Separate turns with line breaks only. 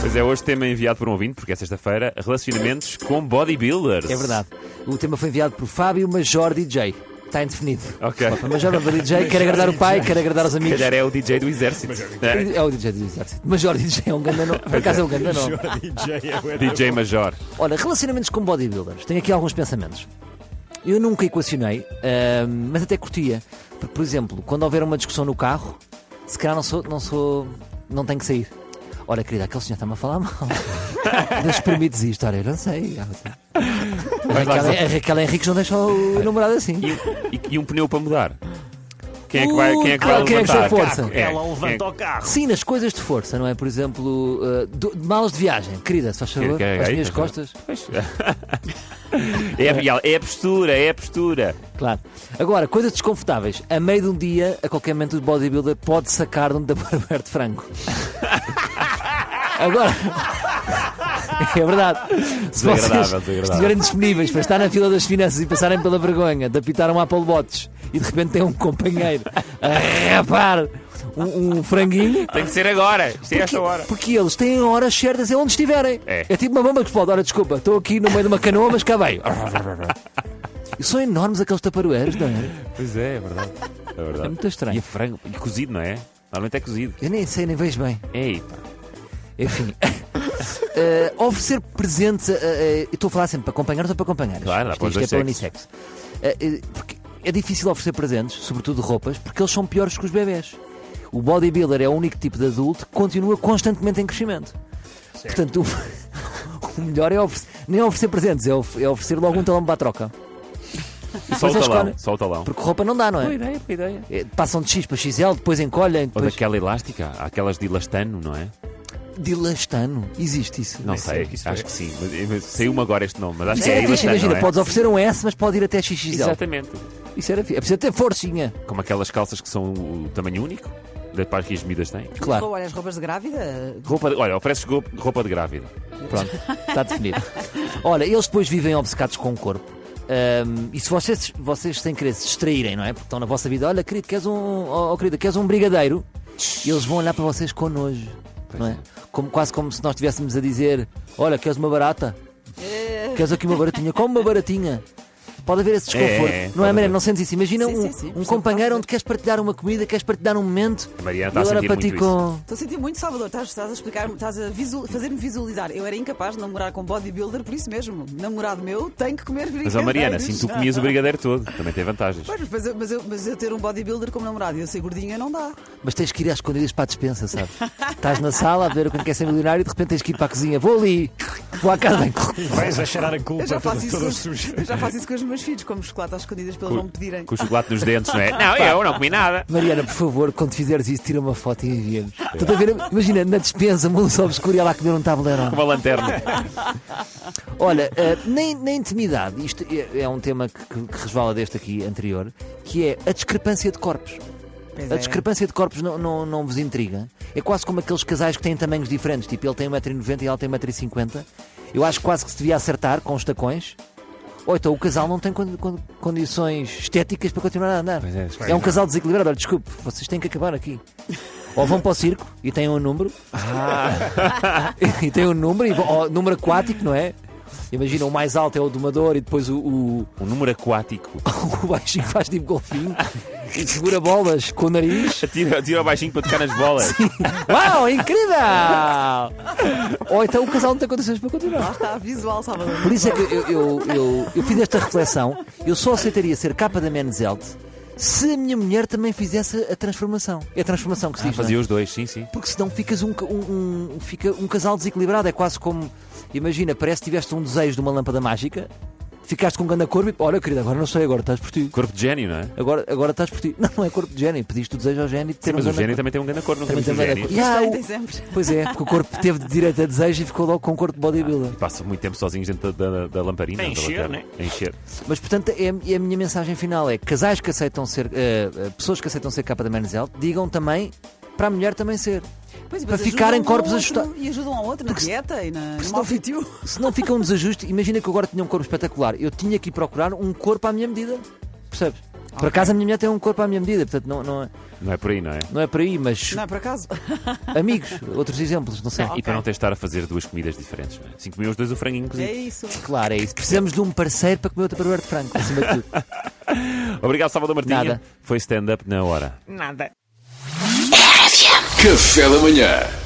Pois é, hoje tema enviado por um ouvinte, porque é sexta-feira, relacionamentos com bodybuilders.
É verdade. O tema foi enviado por Fábio Major DJ. Está indefinido.
Ok.
Pá, Major Major DJ, quer agradar o pai, quer agradar os amigos.
Calhar é o DJ do exército. É,
É o DJ do exército. Major DJ é um grande nome. Por acaso é um grande nome.
é,
DJ Major.
Ora, relacionamentos com bodybuilders. Tenho aqui alguns pensamentos. Eu nunca equacionei, ahm, mas até curtia. Porque, por exemplo, quando houver uma discussão no carro, se calhar não sou. não, sou, não tenho que sair. Ora, querida, aquele senhor está-me a falar mal. Mas permites isto? Ora, eu não sei. A Raquel, a Raquel Henriques não deixa o namorado assim.
E, e um pneu para mudar. Quem é que vai, quem é que vai
Ui, quem é que
levantar?
puxou força?
É,
Ela levanta
quem
o carro.
Sim, nas coisas de força, não é? Por exemplo, uh, do- de malas de viagem. Querida, se faz favor,
Que- é que-
as
aí,
minhas
por favor.
costas.
é, real, é a postura, é a postura.
Claro. Agora, coisas desconfortáveis. A meio de um dia, a qualquer momento, o bodybuilder pode sacar de um tabuleiro aberto franco. Agora. É verdade. Se vocês
Desagradável, desagradável.
estiverem disponíveis para estar na fila das finanças e passarem pela vergonha de apitar um Apple Watch e de repente tem um companheiro a rapar um, um franguinho,
Tem que ser agora. Isto é esta hora.
porque eles têm horas certas é onde estiverem.
É.
tipo uma bomba que explode. Ora, desculpa, estou aqui no meio de uma canoa, mas cá veio. E são enormes aqueles taparoeiros, não é?
Pois é, é verdade. É
É
verdade.
muito
E é
estranho.
frango. E cozido, não é? Normalmente é cozido.
Eu nem sei, nem vejo bem.
Ei, pá.
Enfim. Eh, oferecer presentes. a- a- a- eu estou a falar sempre para companheiros ou para companheiras.
Claro, dá
isto,
para os
isto é
dois
para o unissex. Eh, eh, porque é difícil oferecer presentes, sobretudo roupas, porque eles são piores que os bebés. O bodybuilder é o único tipo de adulto que continua constantemente em crescimento. Portanto, o, o melhor é oferecer. Nem é oferecer presentes, é, of- é oferecer logo um talão para a troca.
Só o
Mas eles
talão.
escolhem.
Só o talão.
Porque roupa não dá, não é?
ideia, boa ideia.
Eh, Passam de X para XL, depois encolhem,
Ou
depois.
daquela elástica, há aquelas de elastano, não é?
De lastano. Existe isso.
Não sei,
que isso
acho
é.
que sim. Mas- eh, mas Saiu-me agora este nome, mas acho
Isso
que
era
é
fixe,
elastano,
imagina,
não é?
podes oferecer um S, mas pode ir até XXL.
Exatamente.
Isso era fixe. É preciso ter forcinha.
Como aquelas calças que são o tamanho único, das para que as medidas têm.
Claro,
Olha, as roupas de grávida.
Roupa de- olha, ofereces go- roupa de grávida.
pronto, está definido. Olha, eles depois vivem obcecados com o corpo. Ahm, e se vocês, vocês sem querer se distraírem, não é? Porque estão na vossa vida, olha, querido, queres um, oh, oh, querida, queres um brigadeiro? E eles vão olhar para vocês com nojo, não é? Como, quase como se nós estivéssemos a dizer: Olha, queres uma barata?
Eh.
Queres aqui uma baratinha? Come uma baratinha. Pode haver esse desconforto.
É, é,
não
pode
é, Maria?
haver.
Não sentes isso? Imagina
Sim,
um,
sim, sim,
um
percebo
companheiro
perfeitamente.
onde queres partilhar uma comida, queres partilhar um momento.
A Mariana
e
está a
ele olha
sentir
para ti
muito isso.
com.
Estou a sentir muito, Salvador. Estás, estás a explicar, estás a visu- fazer-me visualizar. Eu era incapaz de namorar com um bodybuilder, por isso mesmo. Namorado meu tem que comer brigadeiros.
Mas, ó Mariana, assim tu comias o brigadeiro todo, também tem vantagens.
Pois, mas, eu, mas, eu, mas eu ter um bodybuilder como namorado e eu ser gordinha não dá.
Mas tens que ir às escondidas para a dispensa, sabes? Estás na sala a ver o que quer ser milionário e de repente tens que ir para a cozinha. Vou ali, vou à casa.
Vais a cheirar a culpa
Eu já, faço isso, com
toda
os-
suja.
eu já faço isso com os meus filhos, como chocolate às escondidas para eles não me pedirem.
Com o chocolate nos dentes, não é? Não, eu não comi nada.
Mariana, por favor, quando fizeres isso, tira uma foto e envia-nos. Estou a ver, imagina, na dispensa, uma luz obscura e ela a comer um tabuleiro.
Uma lanterna.
Olha, eh, nem na intimidade, isto é, é um tema que, que, que resvala deste aqui anterior, que é a discrepância de corpos.
Pois
A
é.
discrepância de corpos não, não, não vos intriga? É quase como aqueles casais que têm tamanhos diferentes, tipo ele tem 1,90m e ela tem 1,50m. Eu acho quase que se devia acertar com os tacões. Ou então o casal não tem condi- condi- condições estéticas para continuar a andar.
Pois é,
é, um casal desequilibrado. Olha, desculpe, vocês têm que acabar aqui. Ou vão para o circo e têm um número.
Ah.
e têm um número, e vão, ou número aquático, não é? Imagina, o mais alto é o domador e depois o- o,
Um número aquático.
o baixinho faz tipo golfinho e segura bolas com o nariz.
Atira, atira o baixinho para tocar nas bolas.
Uau, incrível! Ou então o casal não tem condições para continuar.
Lá está, visual, Salvador.
Por isso é que eu, eu, eu, eu fiz esta reflexão. Eu só aceitaria ser capa da Menzelt se a minha mulher também fizesse a transformação. É a transformação que se diz. não é?
Ah, Fazia os dois, sim, sim.
Porque senão ficas um, ca- um- um- fica um casal desequilibrado. É quase como. Imagina, parece que tiveste um desejo de uma lâmpada mágica, ficaste com um grande corpo e. Olha, querida, agora não sei, agora estás por ti.
Corpo de gênio, não é?
Agora, agora estás por ti. Não, não é corpo de gênio. Pediste o desejo ao gênio de ter
Sim, mas
um
o
grande corpo.
gênio também tem um grande corpo, não temos
tem
o
um grande
gênio.
corpo. Yeah,
Tem,
o-
tem sempre.
Pois é, porque o corpo teve de direito a desejo e ficou logo com um corpo de bodybuilder.
Passam muito tempo sozinhos dentro da, da, da lamparina.
A encher,
da lanterna. A encher.
Mas portanto, é, é a minha mensagem final: é casais que aceitam ser, eh, eh, pessoas que aceitam ser capa da Menzel, digam também para a mulher também ser.
Pois, mas
Para
ajudam
ficarem
um ao
corpos
outro
ajusta-
E ajudam ao outro na dieta e na, no
senão
objetivo.
Se não fica um desajuste, imagina que eu agora tinha um corpo espetacular, eu tinha que ir procurar um corpo à minha medida. Percebes? Por acaso a minha mulher tem um corpo à minha medida, portanto não, não, é-
Não é por aí, não é?
não é por aí, mas
Não é por acaso?
amigos, outros exemplos, não sei.
Não.
E para não teres de estar a fazer duas comidas diferentes, não é? Cinco mil, os dois o franguinho cozido.
É isso.
Claro, é isso. Precisamos de um parceiro para comer outra para o Roberto Franco, acima de tudo.
Obrigado, Salvador Martinha.
Nada.
Foi stand-up na hora.
Nada.
Café da Manhã